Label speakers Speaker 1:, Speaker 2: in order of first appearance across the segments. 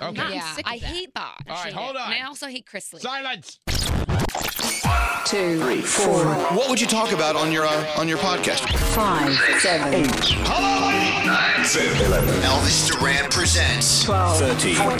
Speaker 1: Okay.
Speaker 2: Yeah, I hate Bob.
Speaker 1: All right, hold on.
Speaker 2: And I also hate Chris Lee.
Speaker 1: Silence.
Speaker 3: two, three, four,
Speaker 4: What would you talk about on your uh, on your podcast?
Speaker 3: five, seven, eight,
Speaker 1: Hello.
Speaker 4: Elvis Duran presents
Speaker 3: twelve,
Speaker 4: 14, 15.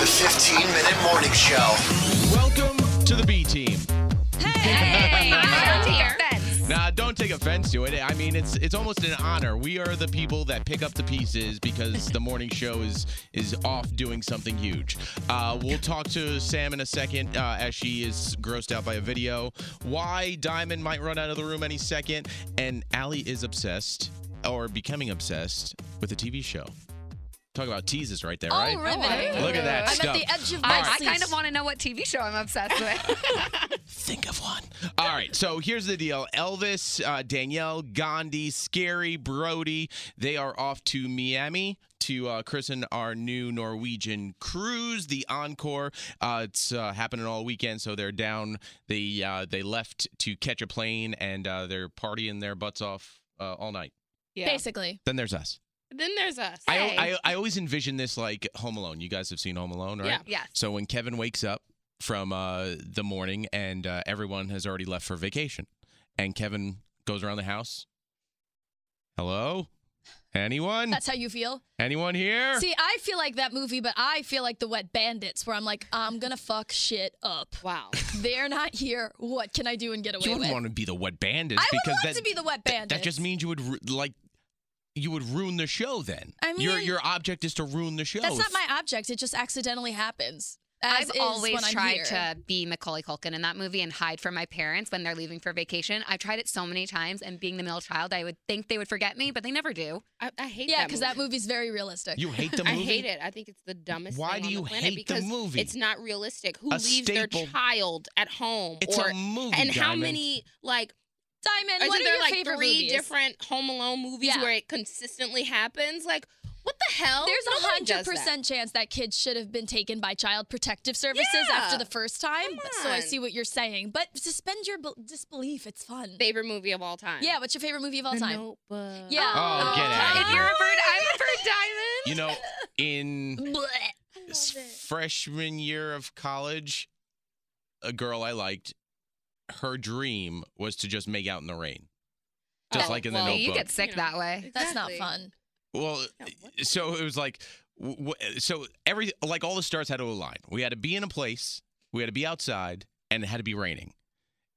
Speaker 4: The 15 minute morning show.
Speaker 1: Welcome to the B team.
Speaker 2: Hey, I don't take offense.
Speaker 1: Now, don't take offense to it. I mean, it's it's almost an honor. We are the people that pick up the pieces because the morning show is is off doing something huge. Uh, we'll talk to Sam in a second uh, as she is grossed out by a video. Why Diamond might run out of the room any second, and Allie is obsessed or becoming obsessed with a TV show. Talk about teases right there,
Speaker 2: Oh,
Speaker 1: right?
Speaker 2: riveting.
Speaker 1: Look at that
Speaker 3: I'm
Speaker 1: stuff.
Speaker 3: at the edge of my
Speaker 2: I, I
Speaker 3: seat.
Speaker 2: kind of want to know what TV show I'm obsessed with.
Speaker 1: Think of one. All right, so here's the deal: Elvis, uh, Danielle, Gandhi, Scary, Brody. They are off to Miami to uh, christen our new Norwegian cruise, the Encore. Uh, it's uh, happening all weekend, so they're down. They uh, they left to catch a plane, and uh, they're partying their butts off uh, all night.
Speaker 5: Basically.
Speaker 1: Then there's us.
Speaker 5: Then there's us.
Speaker 1: I, I I always envision this like Home Alone. You guys have seen Home Alone, right?
Speaker 5: Yeah.
Speaker 2: yes.
Speaker 1: So when Kevin wakes up from uh, the morning and uh, everyone has already left for vacation, and Kevin goes around the house, hello, anyone,
Speaker 5: That's how you feel.
Speaker 1: anyone here?
Speaker 5: See, I feel like that movie, but I feel like the Wet Bandits, where I'm like, I'm gonna fuck shit up.
Speaker 2: Wow.
Speaker 5: They're not here. What can I do and get away
Speaker 1: you
Speaker 5: with?
Speaker 1: wouldn't want to be the wet bandits
Speaker 5: I would
Speaker 1: because
Speaker 5: love
Speaker 1: that,
Speaker 5: to be the wet
Speaker 1: th- That
Speaker 5: bandits.
Speaker 1: just means you would ru- like you would ruin the show. Then
Speaker 5: I
Speaker 1: your
Speaker 5: mean-
Speaker 1: your object is to ruin the show.
Speaker 5: That's not
Speaker 1: If-
Speaker 5: my object. It just accidentally happens. as
Speaker 2: I've
Speaker 5: is
Speaker 2: always
Speaker 5: when I'm
Speaker 2: tried
Speaker 5: here.
Speaker 2: to be Macaulay Culkin in that movie and hide from my parents when they're leaving for vacation. I've tried it so many times, and being the middle child, I would think they would forget me, but they never do. I, I hate
Speaker 5: Yeah, because that movie's very realistic.
Speaker 1: You hate the
Speaker 6: I
Speaker 1: movie?
Speaker 6: hate it. I think it's the dumbest
Speaker 1: Why
Speaker 6: thing
Speaker 1: do
Speaker 6: on
Speaker 1: you
Speaker 6: the planet
Speaker 1: hate the
Speaker 6: because
Speaker 1: movie?
Speaker 6: it's not realistic. Who
Speaker 1: A
Speaker 6: leaves
Speaker 1: staple.
Speaker 6: their child at home?
Speaker 1: It's a
Speaker 6: or,
Speaker 1: movie,
Speaker 6: And how
Speaker 1: Diamond.
Speaker 6: many like
Speaker 5: Diamond?
Speaker 6: Isn't
Speaker 5: what are
Speaker 6: there
Speaker 5: your
Speaker 6: like
Speaker 5: favorite
Speaker 6: three
Speaker 5: movies?
Speaker 6: different Home Alone movies
Speaker 5: Yeah.
Speaker 6: where it consistently happens? Like what the hell?
Speaker 5: There's a
Speaker 6: Nobody
Speaker 5: hundred
Speaker 6: does that.
Speaker 5: percent chance that kid should have been taken by child protective services after
Speaker 6: Yeah.
Speaker 5: the first time. but- So I
Speaker 6: on.
Speaker 5: see what you're saying, but suspend your bel- disbelief. It's fun.
Speaker 6: Favorite movie of all time.
Speaker 5: Yeah, what's your favorite movie of all
Speaker 6: The
Speaker 5: time?
Speaker 6: Notebook.
Speaker 5: Yeah.
Speaker 1: Oh, get out of
Speaker 2: If
Speaker 1: here.
Speaker 2: you're a bird, I'm a bird, Diamond.
Speaker 1: You know, in
Speaker 5: Blech.
Speaker 1: s- freshman year of college, a girl I liked, her dream was to just make out in the rain. Just
Speaker 2: Oh,
Speaker 1: like in the
Speaker 2: well,
Speaker 1: notebook.
Speaker 2: You get sick that way.
Speaker 5: That's not fun.
Speaker 1: Well, so it was like, w- w- so every like all the stars had to align. We had to be in a place, we had to be outside, and it had to be raining.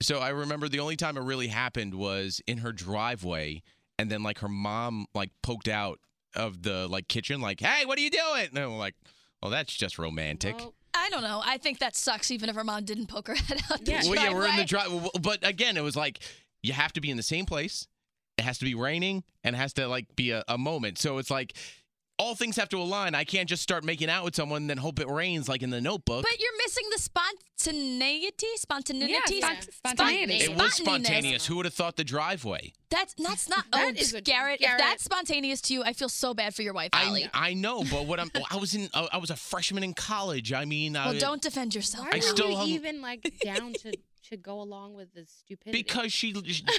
Speaker 1: So I remember the only time it really happened was in her driveway, and then like her mom like poked out of the like kitchen, like, "Hey, what are you doing?" And I'm like, "Well, that's just romantic."
Speaker 5: I don't know. I think that sucks. Even if her mom didn't poke her head out. the
Speaker 1: well, yeah, we're in the
Speaker 5: driveway.
Speaker 1: driveway, but again, it was like you have to be in the same place. It has to be raining, and it has to like be a, a moment. So it's like all things have to align. I can't just start making out with someone and then hope it rains, like in the Notebook.
Speaker 5: But you're missing the spontaneity, spontaneity,
Speaker 2: Yeah,
Speaker 5: spont-
Speaker 2: spontaneity.
Speaker 1: it was
Speaker 5: spontaneous.
Speaker 1: spontaneous. Who would have thought the driveway?
Speaker 5: That's that's not.
Speaker 6: That
Speaker 5: oh,
Speaker 6: is a-
Speaker 5: Garrett, If
Speaker 6: Garrett.
Speaker 5: that's spontaneous to you, I feel so bad for your wife, Allie.
Speaker 1: I, I know, but what I'm I was in I was a freshman in college. I mean,
Speaker 5: well,
Speaker 1: I,
Speaker 5: don't defend yourself.
Speaker 6: Why
Speaker 1: I
Speaker 6: were
Speaker 1: still
Speaker 6: you
Speaker 1: hung-
Speaker 6: even like down to to go along with the stupidity?
Speaker 1: because she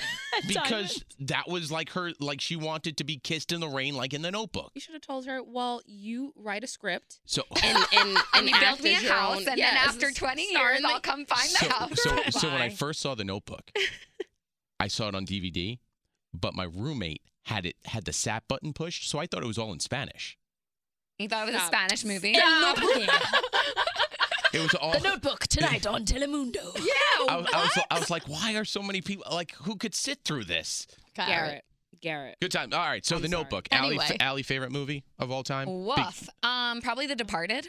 Speaker 1: because that was like her like she wanted to be kissed in the rain, like in the Notebook.
Speaker 6: you should have told her, well, you write a script
Speaker 1: So
Speaker 6: and and,
Speaker 2: And you build
Speaker 6: act
Speaker 2: me a
Speaker 6: as your
Speaker 2: house,
Speaker 6: own-
Speaker 2: and then
Speaker 6: Yes.
Speaker 2: after 20
Speaker 6: Star
Speaker 2: years,
Speaker 6: in the-
Speaker 2: I'll come find the
Speaker 1: so,
Speaker 2: house.
Speaker 1: So, so when I first saw the Notebook, I saw it on DVD, but my roommate had it had the sap button pushed, so I thought it was all in Spanish.
Speaker 2: You thought it was a
Speaker 6: Stop.
Speaker 2: Spanish movie.
Speaker 5: Stop.
Speaker 1: It was all.
Speaker 5: the Notebook tonight on Telemundo. Yeah.
Speaker 1: I, was- I was, I was like, why are so many people like who could sit through this?
Speaker 6: Garrett. Garrett.
Speaker 1: Good time. All right, so the Notebook, Allie,
Speaker 2: Anyway.
Speaker 1: Allie favorite movie of all time. Big-
Speaker 2: Woof. Um, probably The Departed.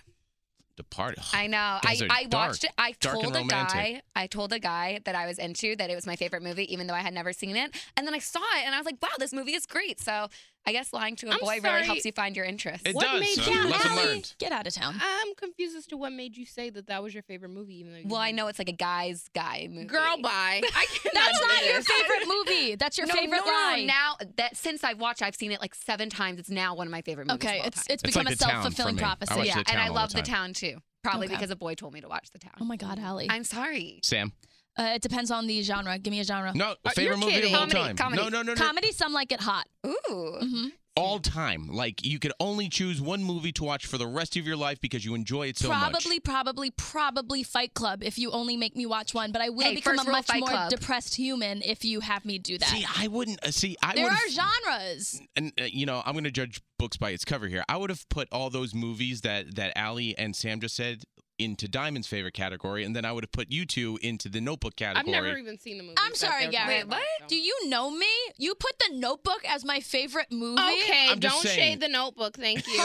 Speaker 1: Departed.
Speaker 2: I know. I,
Speaker 1: Guys are
Speaker 2: I watched
Speaker 1: dark.
Speaker 2: it. I
Speaker 1: Dark and
Speaker 2: told a
Speaker 1: romantic.
Speaker 2: guy. I told a guy that I was into that it was my favorite movie, even though I had never seen it. And then I saw it, and I was like, "Wow, this movie is great." So I guess lying to a
Speaker 6: I'm
Speaker 2: boy really
Speaker 6: sorry.
Speaker 2: helps you find your interest.
Speaker 1: It
Speaker 6: What
Speaker 1: does.
Speaker 6: made
Speaker 1: so
Speaker 6: you-
Speaker 1: lesson
Speaker 6: Allie?
Speaker 1: learned.
Speaker 5: Get out of town.
Speaker 6: I'm confused as to what made you say that that was your favorite movie, even though. You
Speaker 2: Well, I know it's like a guy's guy movie.
Speaker 6: Girl, bye. I cannot
Speaker 5: That's
Speaker 6: do
Speaker 5: not your
Speaker 6: this.
Speaker 5: favorite movie. That's your
Speaker 2: no,
Speaker 5: favorite
Speaker 2: no, no,
Speaker 5: line.
Speaker 2: Now that since I've watched, I've seen it like seven times. It's now one of my favorite movies.
Speaker 5: okay,
Speaker 2: of all
Speaker 5: it's
Speaker 2: time.
Speaker 5: it's become
Speaker 1: like
Speaker 5: a
Speaker 1: The Town for
Speaker 5: self fulfilling
Speaker 1: me. I
Speaker 5: prophecy.
Speaker 1: watch
Speaker 2: yeah,
Speaker 1: The Town
Speaker 2: and I
Speaker 1: all the
Speaker 2: love the
Speaker 1: time.
Speaker 2: town too. Probably
Speaker 5: Okay.
Speaker 2: because a boy told me to watch the town.
Speaker 5: Oh my God, Allie.
Speaker 2: I'm sorry.
Speaker 1: Sam.
Speaker 5: Uh, it depends on the genre. Give me a genre.
Speaker 1: No,
Speaker 6: you're
Speaker 1: favorite movie
Speaker 6: kidding.
Speaker 1: of all
Speaker 2: Comedy,
Speaker 1: time.
Speaker 2: comedy.
Speaker 1: No, no, no, no.
Speaker 5: Comedy, some like it hot.
Speaker 2: Ooh.
Speaker 1: All time. Like you could only choose one movie to watch for the rest of your life because you enjoy it so much.
Speaker 5: probably, probably, probably Fight Club if you only make me watch one, but I will
Speaker 2: Hey,
Speaker 5: become
Speaker 2: first
Speaker 5: a
Speaker 2: rule,
Speaker 5: much
Speaker 2: Fight
Speaker 5: more
Speaker 2: Club.
Speaker 5: depressed human if you have me do that.
Speaker 1: See, I wouldn't. uh, See, I
Speaker 5: there
Speaker 1: would.
Speaker 5: are genres.
Speaker 1: and uh, you know, I'm going to judge books by its cover here. I would have put all those movies that that Allie and Sam just said into Diamond's favorite category, and then I would have put you two into the Notebook
Speaker 6: I've
Speaker 1: category.
Speaker 6: never even seen the movie.
Speaker 5: I'm sorry, Garrett.
Speaker 2: Wait, what?
Speaker 5: Do you know me? You put The Notebook as my favorite movie.
Speaker 6: Okay,
Speaker 1: I'm just
Speaker 6: don't
Speaker 1: saying.
Speaker 6: shade the notebook. Thank you.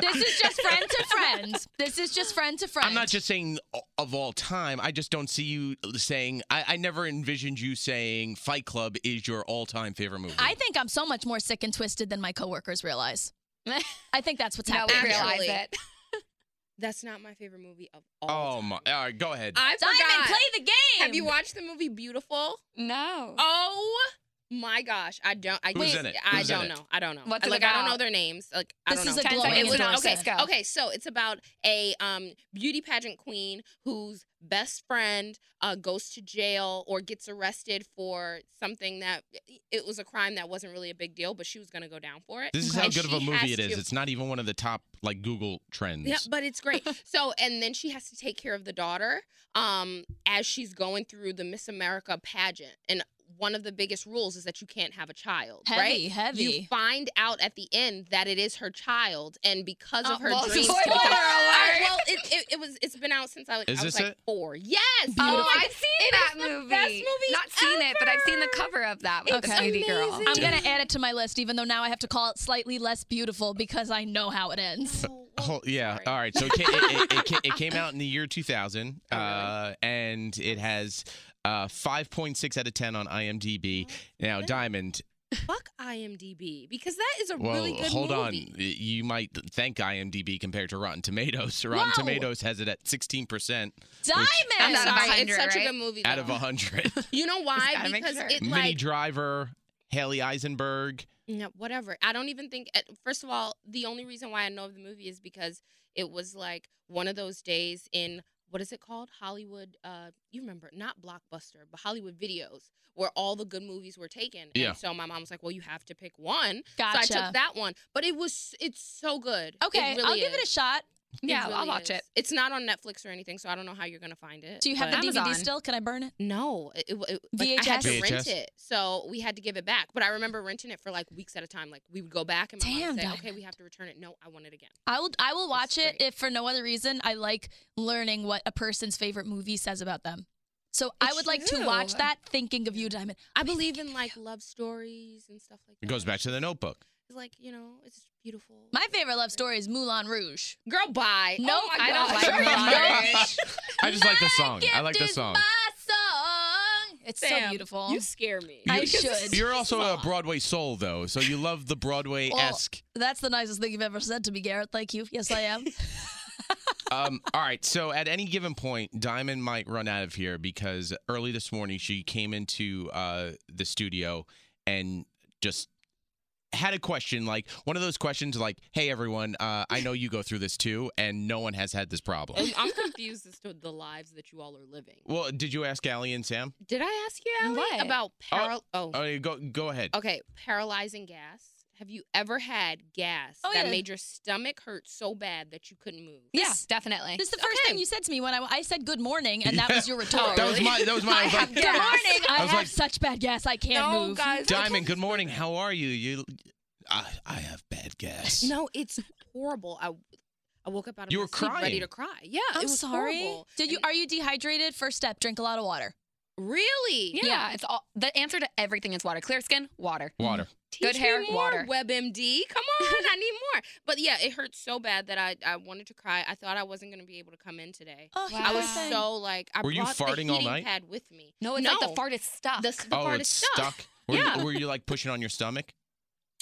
Speaker 5: This is just friend to friend. This is just friend to friend.
Speaker 1: I'm not just saying o- of all time. I just don't see you saying. I, I never envisioned you saying Fight Club is your all-time favorite movie.
Speaker 5: I think I'm so much more sick and twisted than my coworkers realize. I think that's what's
Speaker 2: Now we
Speaker 5: happening.
Speaker 2: realize
Speaker 6: Actually,
Speaker 2: it.
Speaker 6: That's not my favorite movie of all.
Speaker 1: oh
Speaker 6: time.
Speaker 1: my! All right, go ahead.
Speaker 6: I forgot.
Speaker 5: Diamond, play the game.
Speaker 6: Have you watched the movie Beautiful?
Speaker 2: No.
Speaker 6: Oh my gosh, I don't. I,
Speaker 1: Who's in it?
Speaker 6: I
Speaker 1: Who's in
Speaker 6: don't
Speaker 1: it?
Speaker 6: know. I don't know.
Speaker 2: What's it
Speaker 6: like I don't know
Speaker 2: about?
Speaker 6: their names. Like I
Speaker 5: This
Speaker 6: don't know.
Speaker 5: is a
Speaker 2: Ten
Speaker 5: glowing
Speaker 2: seconds.
Speaker 6: It's not-
Speaker 5: endorsement.
Speaker 6: okay.
Speaker 2: Let's go.
Speaker 6: Okay, so it's about a um, beauty pageant queen whose best friend uh, goes to jail or gets arrested for something that it was a crime that wasn't really a big deal, but she was gonna go down for it.
Speaker 1: This is
Speaker 6: And
Speaker 1: how good of a
Speaker 6: she
Speaker 1: movie
Speaker 6: has
Speaker 1: it is.
Speaker 6: to-
Speaker 1: It's not even one of the top like Google trends.
Speaker 6: yeah, but it's great. so, and then she has to take care of the daughter um, as she's going through the Miss America pageant. And one of the biggest rules is that you can't have a child,
Speaker 5: Heavy,
Speaker 6: right?
Speaker 5: heavy.
Speaker 6: You find out at the end that it is her child, and because
Speaker 5: Uh,
Speaker 6: of her
Speaker 5: well,
Speaker 2: Oh,
Speaker 6: dreams.
Speaker 5: spoiler
Speaker 6: to become-
Speaker 5: alert.
Speaker 6: Uh, well, it, it, it was. It's been out since I was.
Speaker 1: Is
Speaker 6: I was
Speaker 1: this
Speaker 6: like
Speaker 1: it?
Speaker 6: four. Yes.
Speaker 2: Oh,
Speaker 6: beautiful.
Speaker 2: I've seen
Speaker 6: It
Speaker 2: that
Speaker 6: is the
Speaker 2: movie.
Speaker 6: best movie
Speaker 2: Not seen it, but I've seen the cover of that with the
Speaker 5: Okay.
Speaker 2: Beauty Girl.
Speaker 5: I'm gonna add it to my list, even though now I have to call it slightly less beautiful because I know how it ends.
Speaker 1: Oh, yeah. All right. So it came, it, it, it, ca- it came out in the year 2000,
Speaker 6: Oh,
Speaker 1: uh, and it has uh, 5.6 out of 10 on IMDb. Now, Diamond.
Speaker 6: Fuck IMDb because that is a
Speaker 1: Well,
Speaker 6: really good
Speaker 1: hold on.
Speaker 6: movie.
Speaker 1: Y- You might thank IMDb compared to Rotten Tomatoes. Rotten
Speaker 6: Whoa.
Speaker 1: Tomatoes has it at 16%. which-
Speaker 6: Diamond.
Speaker 2: Out of
Speaker 6: Sorry, it's
Speaker 2: 100,
Speaker 6: such a
Speaker 2: right?
Speaker 6: good movie.
Speaker 1: out
Speaker 6: though.
Speaker 1: of 100.
Speaker 6: You know why?
Speaker 2: gotta make
Speaker 6: Because
Speaker 2: sure.
Speaker 6: it
Speaker 1: Mini
Speaker 6: like
Speaker 1: Driver, Haley Eisenberg.
Speaker 6: No, whatever. I don't even think. uh, First of all, the only reason why I know of the movie is because it was like one of those days in what is it called? Hollywood. Uh, you remember not Blockbuster, but Hollywood videos where all the good movies were taken.
Speaker 5: Yeah.
Speaker 6: And so my mom was like, "Well, you have to pick one." So I
Speaker 5: Gotcha.
Speaker 6: took that one, but it was it's so good.
Speaker 5: Okay, I'll give it a shot.
Speaker 2: Yeah, I'll watch it.
Speaker 6: It's not on Netflix or anything, so I don't know how you're gonna find it.
Speaker 5: Do you have
Speaker 6: but-
Speaker 5: the DVD still? Can I burn it?
Speaker 6: No, it, it, it- like, Mm, I had to
Speaker 5: VHS?
Speaker 6: rent it, so we had to give it back. But I remember renting it for like weeks at a time. Like we would go back and my mom
Speaker 5: Damn,
Speaker 6: would say,
Speaker 5: Diamond.
Speaker 6: "Okay, we have to return it." No, I want it again.
Speaker 5: I will. I will watch it if for no other reason. I like learning what a person's favorite movie says about them. So I
Speaker 6: It's
Speaker 5: would like to
Speaker 6: true.
Speaker 5: watch that, thinking of you, Diamond.
Speaker 6: I believe in like love stories and stuff like
Speaker 1: It goes back to the notebook.
Speaker 6: that. Like you know, it's beautiful.
Speaker 5: My favorite love story is Moulin Rouge.
Speaker 6: Girl, bye.
Speaker 5: No,
Speaker 6: oh my
Speaker 5: I don't
Speaker 6: gosh.
Speaker 5: like Moulin Rouge.
Speaker 1: I just like the song. I like the
Speaker 5: is
Speaker 1: song.
Speaker 5: My song. It's so
Speaker 6: Sam,
Speaker 5: beautiful.
Speaker 6: You scare me.
Speaker 5: I
Speaker 1: You're-
Speaker 5: should.
Speaker 1: You're also a Uh, Broadway soul, though, so you love the Broadway esque.
Speaker 5: Well, that's the nicest thing you've ever said to me, Garrett. Thank you. Yes, I am.
Speaker 1: um, all right, so at any given point, Diamond might run out of here because early this morning she came into uh, the studio and just had a question like one of those questions like hey everyone uh, i know you go through this too and no one has had this problem
Speaker 6: I'm- I'm confused as to the lives that you all are living.
Speaker 1: well did you ask Allie and sam
Speaker 6: Did I ask you Allie,
Speaker 5: What?
Speaker 6: about paral?
Speaker 1: oh, yeah, go go ahead
Speaker 6: Okay, paralyzing gas. Have you ever had gas
Speaker 5: Oh,
Speaker 6: that
Speaker 5: yeah.
Speaker 6: made your stomach hurt so bad that you couldn't move?
Speaker 2: Yeah, definitely.
Speaker 5: This is the first thing you said to me when I, I said good morning, and that was your retort.
Speaker 1: that was my that was my I was like,
Speaker 5: Good morning. I,
Speaker 1: I was
Speaker 5: have
Speaker 1: like-
Speaker 5: such bad gas. I can't
Speaker 6: No,
Speaker 5: move.
Speaker 6: guys.
Speaker 1: diamond good morning how are you you i, I have bad gas
Speaker 6: No, it's horrible. I I woke up out of
Speaker 1: You
Speaker 6: my
Speaker 1: were
Speaker 6: sleep ready
Speaker 1: crying.
Speaker 6: to cry. Yeah,
Speaker 5: I'm
Speaker 6: it was
Speaker 5: sorry.
Speaker 6: horrible.
Speaker 5: Did you? Are you dehydrated? First step: drink a lot of water.
Speaker 6: Really?
Speaker 2: yeah, it's all the answer to everything is water. Clear skin, water.
Speaker 1: water
Speaker 2: Good
Speaker 6: Teach me
Speaker 2: hair,
Speaker 6: more,
Speaker 2: water.
Speaker 6: WebMD. Come on, I need more. But yeah, it hurt so bad that I, I wanted to cry. I thought I wasn't going to be able to come in today.
Speaker 5: Oh,
Speaker 6: I was
Speaker 5: Wow.
Speaker 6: so like, I
Speaker 1: Were you
Speaker 6: brought the
Speaker 1: farting all
Speaker 6: heating
Speaker 1: night?
Speaker 6: pad with me.
Speaker 2: No, it's like the fartest stuff.
Speaker 6: The, the
Speaker 1: oh
Speaker 6: farted
Speaker 1: it's
Speaker 6: stuff.
Speaker 1: stuck were, you-
Speaker 6: Yeah.
Speaker 1: were you like pushing on your stomach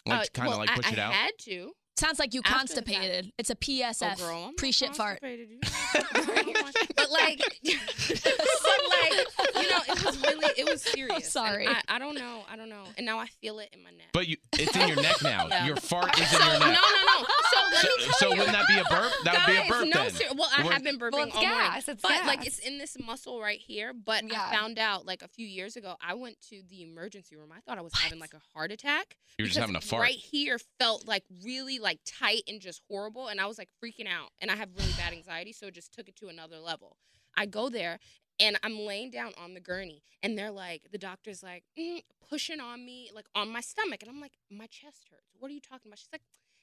Speaker 1: like
Speaker 6: Uh,
Speaker 1: kind of
Speaker 6: well,
Speaker 1: like
Speaker 6: I-
Speaker 1: push it out
Speaker 6: I had to.
Speaker 5: Sounds like you
Speaker 6: After the
Speaker 5: constipated. It's a
Speaker 6: Oh,
Speaker 5: PSF,
Speaker 6: girl, I'm not
Speaker 5: pre-shit fart.
Speaker 6: constipated, you know. but like, but like, you know, it was really, it was serious. and
Speaker 5: sorry.
Speaker 6: I, I don't know. I don't know. And now I feel it in my neck.
Speaker 1: But you, it's in your neck now.
Speaker 6: Yeah.
Speaker 1: Your fart is in
Speaker 6: so
Speaker 1: your
Speaker 6: no, no,
Speaker 1: neck.
Speaker 6: no. So let
Speaker 1: So,
Speaker 6: me tell
Speaker 1: so
Speaker 6: you.
Speaker 1: wouldn't that be a burp? That would be a
Speaker 6: Guys,
Speaker 1: burp
Speaker 6: no,
Speaker 1: then.
Speaker 6: ser- well, I
Speaker 1: Wouldn't-
Speaker 6: have been burping
Speaker 2: Well, it's
Speaker 6: all morning,
Speaker 2: gas, it's
Speaker 6: Oh, but like
Speaker 2: gas.
Speaker 6: it's in this muscle right here. But
Speaker 2: Yeah.
Speaker 6: I found out like a few years ago, I went to the emergency room. I thought I was having like a heart attack.
Speaker 1: You were just
Speaker 6: because
Speaker 1: having a fart.
Speaker 6: Right here felt like really like tight and just horrible, and I was like freaking out. And I have really bad anxiety, so it just took it to another level. I go there. And I'm laying down on the gurney, and they're like, the doctor's like, mm, pushing on me, like on my stomach. And I'm like, my chest hurts. What are you talking about? She's like,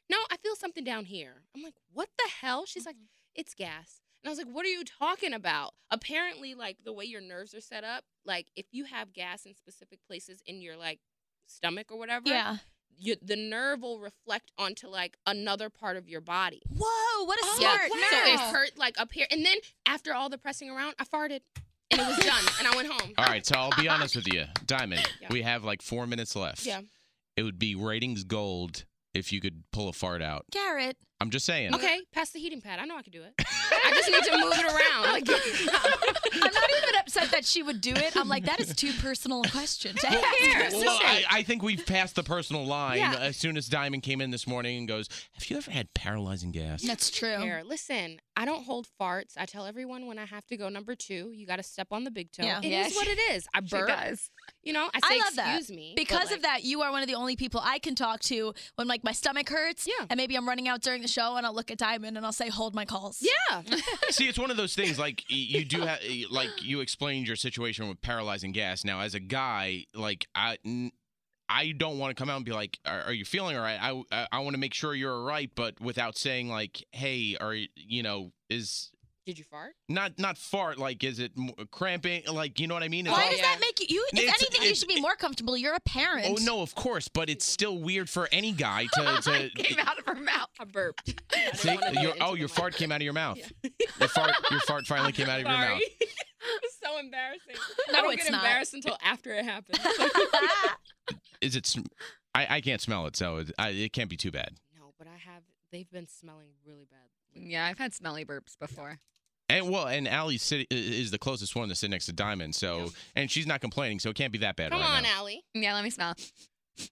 Speaker 6: no, I feel something down here. I'm like, what the hell? She's like, it's gas. And I was like, what are you talking about? Apparently, like the way your nerves are set up, like if you have gas in specific places in your like stomach or whatever,
Speaker 5: Yeah.
Speaker 6: you, the nerve will reflect onto like another part of your body.
Speaker 5: Whoa! What a
Speaker 6: Yeah,
Speaker 5: smart
Speaker 6: So it
Speaker 5: nurse.
Speaker 6: hurt like up here. And then after all the pressing around, I farted and it was done. and I went home.
Speaker 1: All right, so I'll be honest with you, Diamond.
Speaker 6: Yeah.
Speaker 1: We have like four minutes left.
Speaker 6: Yeah.
Speaker 1: It would be ratings gold if you could pull a fart out.
Speaker 5: Garrett.
Speaker 1: I'm just saying.
Speaker 6: Okay, pass the heating pad. I know I can do it. I just need to move it around. Like,
Speaker 5: I'm not even upset that she would do it. I'm like, that is too personal a question to ask.
Speaker 1: Well, I, I think we've passed the personal line
Speaker 6: Yeah.
Speaker 1: as soon as Diamond came in this morning and goes, Have you ever had paralyzing gas?
Speaker 5: That's true.
Speaker 6: Here, listen, I don't hold farts. I tell everyone when I have to go number two, you got to step on the big toe.
Speaker 5: Yeah.
Speaker 6: It is
Speaker 2: Yeah,
Speaker 6: what
Speaker 2: she-
Speaker 6: it is. I
Speaker 2: She
Speaker 6: burp.
Speaker 2: does.
Speaker 6: You know, I say
Speaker 5: love that.
Speaker 6: excuse me. but,
Speaker 5: Because
Speaker 6: like,
Speaker 5: of that, you are one of the only people I can talk to when like my stomach hurts. Yeah. And maybe I'm running out during the show and I'll look at Diamond and I'll say, hold my calls.
Speaker 6: Yeah.
Speaker 1: See, it's one of those things like y- you do have, like you explained your situation with paralyzing gas. Now, as a guy, like I. N- I don't want to come out and be like, "Are, are you feeling all right?" I, I, want to make sure you're all right, but without saying like, "Hey, are y- you know is
Speaker 6: Did you fart?
Speaker 1: not not fart like is it m- cramping like you know what I mean?" It's
Speaker 5: Why
Speaker 6: Oh,
Speaker 1: all-
Speaker 5: does that make you? you if
Speaker 1: It's-
Speaker 5: anything, you
Speaker 1: it's-
Speaker 5: should be more comfortable. You're a parent.
Speaker 1: Oh no, of course, but it's still weird for any guy to. to
Speaker 6: out of her mouth. I burped.
Speaker 1: see, your, oh, your fart came out of your mouth. Your fart, your fart finally came out of your mouth.
Speaker 6: Sorry. it's so embarrassing.
Speaker 5: No,
Speaker 6: I don't
Speaker 5: it's
Speaker 6: get
Speaker 5: not.
Speaker 6: embarrassed until after it happens.
Speaker 1: Is it? sm- I, I can't smell it, so it, I, it can't be too bad.
Speaker 6: no, but I have. They've been smelling really bad.
Speaker 2: Yeah, I've had smelly burps before.
Speaker 1: And well, and Allie sit, is the closest one to sit next to Diamond, so and she's not complaining, so it can't be that bad. right now.
Speaker 6: Allie.
Speaker 2: Yeah, let me smell.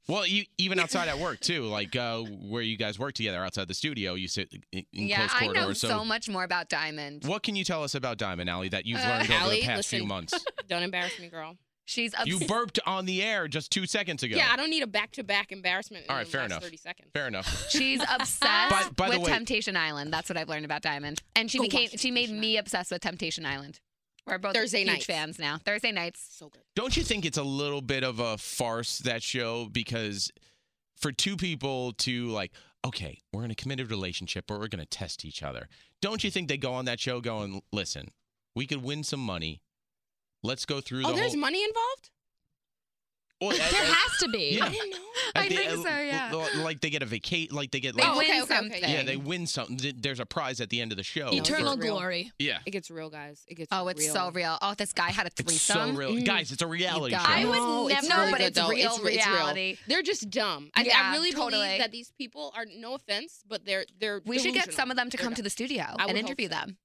Speaker 1: Well, you, even outside at work too, like uh, where you guys work together outside the studio, you sit in in
Speaker 2: yeah,
Speaker 1: close
Speaker 2: I
Speaker 1: corridor.
Speaker 2: know so, much more about Diamond.
Speaker 1: What can you tell us about Diamond, Allie, that you've
Speaker 2: Uh,
Speaker 1: learned over
Speaker 6: Allie,
Speaker 1: the past few
Speaker 6: listen.
Speaker 1: months?
Speaker 6: Don't embarrass me, girl.
Speaker 2: She's
Speaker 1: You burped on the air just two seconds ago.
Speaker 6: Yeah, I don't need a back-to-back embarrassment.
Speaker 1: All
Speaker 6: in
Speaker 1: right,
Speaker 6: the
Speaker 1: fair
Speaker 6: last
Speaker 1: enough.
Speaker 6: Thirty seconds.
Speaker 1: Fair enough.
Speaker 2: She's
Speaker 5: Ah.
Speaker 2: obsessed
Speaker 1: By- by the
Speaker 2: with
Speaker 1: way-
Speaker 2: Temptation Island. That's what I've learned about Diamond. And she
Speaker 6: Go
Speaker 2: became
Speaker 6: watch
Speaker 2: she made me obsessed with Temptation Island. We're both
Speaker 6: Thursday
Speaker 2: huge
Speaker 6: nights.
Speaker 2: fans now. Thursday nights.
Speaker 6: So good.
Speaker 1: Don't you think it's a little bit of a farce that show because for two people to like, okay, we're in a committed relationship or we're going to test each other. Don't you think they go on that show going, listen, we could win some money. Let's go through
Speaker 6: Oh,
Speaker 1: the
Speaker 6: there's
Speaker 1: whole.
Speaker 6: money involved.
Speaker 1: Well, at-
Speaker 5: There
Speaker 1: at-
Speaker 5: has to be.
Speaker 1: Yeah. at
Speaker 2: I
Speaker 1: the-
Speaker 2: think so,
Speaker 1: l-
Speaker 2: yeah.
Speaker 1: l- Like they get a vacate. Like they get
Speaker 2: They
Speaker 1: like.
Speaker 2: win
Speaker 6: okay, okay,
Speaker 2: something.
Speaker 6: okay,
Speaker 1: Yeah, they win something. Th- There's a prize at the end of the show.
Speaker 5: Eternal
Speaker 1: For-
Speaker 6: Oh, real.
Speaker 5: glory.
Speaker 1: Yeah.
Speaker 6: It gets real, guys. It gets.
Speaker 2: Oh, it's
Speaker 6: real.
Speaker 2: so real. Oh, this guy had a
Speaker 1: It's so
Speaker 2: threesome.
Speaker 6: Mm.
Speaker 1: real. Guys, it's a reality show.
Speaker 2: guys. I would
Speaker 6: it's
Speaker 2: never-
Speaker 6: really
Speaker 2: but
Speaker 6: good,
Speaker 2: it's
Speaker 6: though.
Speaker 2: real
Speaker 6: it's, it's
Speaker 2: reality.
Speaker 6: real. They're just dumb. I,
Speaker 2: Yeah,
Speaker 6: I really
Speaker 2: totally.
Speaker 6: believe that these people are. No offense, but they're they're.
Speaker 2: We should get
Speaker 6: delusional.
Speaker 2: some of them to
Speaker 6: They're
Speaker 2: come to
Speaker 6: dumb.
Speaker 2: the studio
Speaker 6: I
Speaker 2: and
Speaker 6: would
Speaker 2: interview
Speaker 6: hope so.
Speaker 2: them.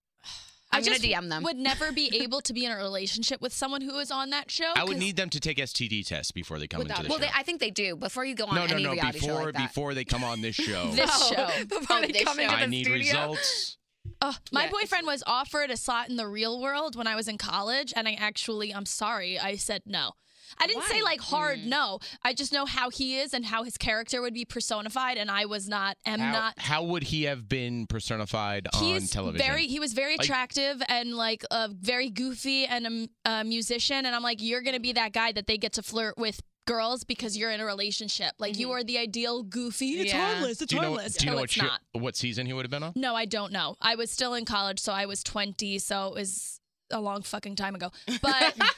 Speaker 2: I'm gonna
Speaker 5: just
Speaker 2: DM them.
Speaker 5: Would never be able to be in a relationship with someone who is on that show.
Speaker 1: I would
Speaker 5: 'cause-
Speaker 1: need them to take STD tests before they come
Speaker 6: Without-
Speaker 1: into the
Speaker 2: well,
Speaker 1: show.
Speaker 2: they, I think they do before you go on
Speaker 1: no,
Speaker 2: any
Speaker 1: no, no.
Speaker 2: reality show
Speaker 1: Before
Speaker 2: like that.
Speaker 1: before they come on this show,
Speaker 5: This show.
Speaker 2: before
Speaker 6: Oh,
Speaker 2: they
Speaker 6: this
Speaker 2: come into
Speaker 6: show.
Speaker 2: the
Speaker 1: I need
Speaker 2: studio.
Speaker 1: results.
Speaker 5: Ugh, my
Speaker 6: Yeah.
Speaker 5: boyfriend was offered a slot in the real world when I was in college, and I actually, I'm sorry, I said no. I didn't say
Speaker 6: Why?
Speaker 5: like hard
Speaker 2: Hmm.
Speaker 5: no. I just know how he is and how his character would be personified, and I was not, am
Speaker 1: how,
Speaker 5: not.
Speaker 1: how would he have been personified on
Speaker 5: He's
Speaker 1: television?
Speaker 5: very. He was very
Speaker 1: Like-
Speaker 5: attractive and like uh, very goofy and a, m- a musician. And I'm like, you're gonna be that guy that they get to flirt with girls because you're in a relationship. Like you are the ideal goofy. It's
Speaker 2: Yeah.
Speaker 5: harmless. It's
Speaker 1: do you know,
Speaker 5: harmless.
Speaker 1: do you
Speaker 5: no,
Speaker 1: know what,
Speaker 5: it's
Speaker 1: show-
Speaker 5: not.
Speaker 1: what season he would have been on?
Speaker 5: No, I don't know. I was still in college, so I was 20, so it was a long fucking time ago. But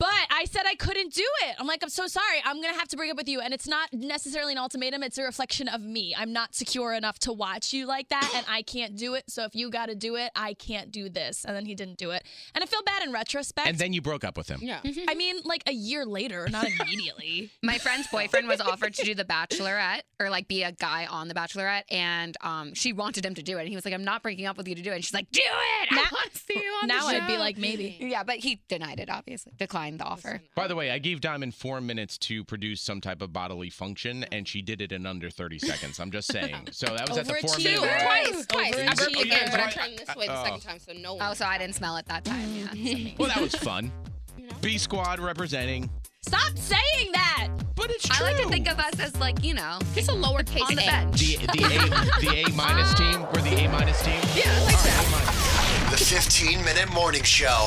Speaker 5: but I said I couldn't do it. I'm like, I'm so sorry. I'm going to have to break up with you. And it's not necessarily an ultimatum, it's a reflection of me. I'm not secure enough to watch you like that and I can't do it. So if you got to do it, I can't do this. And then he didn't do it. And I feel bad in retrospect.
Speaker 1: And then you broke up with him.
Speaker 6: Yeah.
Speaker 5: I mean, like a year later, not immediately.
Speaker 2: My friend's boyfriend was offered to do The Bachelorette or like be a guy on The Bachelorette, and um, she wanted him to do it. And he was like, "I'm not breaking up with you to do it." And she's like, "Do it! I
Speaker 5: Now-
Speaker 2: want to see you on
Speaker 5: now
Speaker 2: the show."
Speaker 5: I'd be like, maybe.
Speaker 2: "Yeah," but he denied it. Obviously, declined the offer.
Speaker 1: By the way, I gave Diamond four minutes to produce some type of bodily function, and she did it in under 30 seconds. I'm just saying. So that was at the four
Speaker 5: Overachieved.
Speaker 6: Two,
Speaker 1: minute mark.
Speaker 6: twice, twice. I burped
Speaker 5: Overachieved.
Speaker 6: again, but I
Speaker 1: Right.
Speaker 6: turned this way the
Speaker 1: Uh,
Speaker 6: second time, so no one.
Speaker 2: Oh, Mm-hmm. so I didn't smell it that time. Yeah.
Speaker 1: Well, that was fun. B Squad representing.
Speaker 5: Stop saying that.
Speaker 1: But it's
Speaker 2: I
Speaker 1: true.
Speaker 2: like to think of us as like you know,
Speaker 6: It's a lowercase
Speaker 2: on the
Speaker 6: a.
Speaker 2: bench.
Speaker 1: the, the, a, the A minus team. We're the A minus team.
Speaker 6: Yeah, I like that.
Speaker 4: The 15 minute morning show.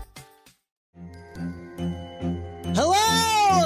Speaker 7: Hello,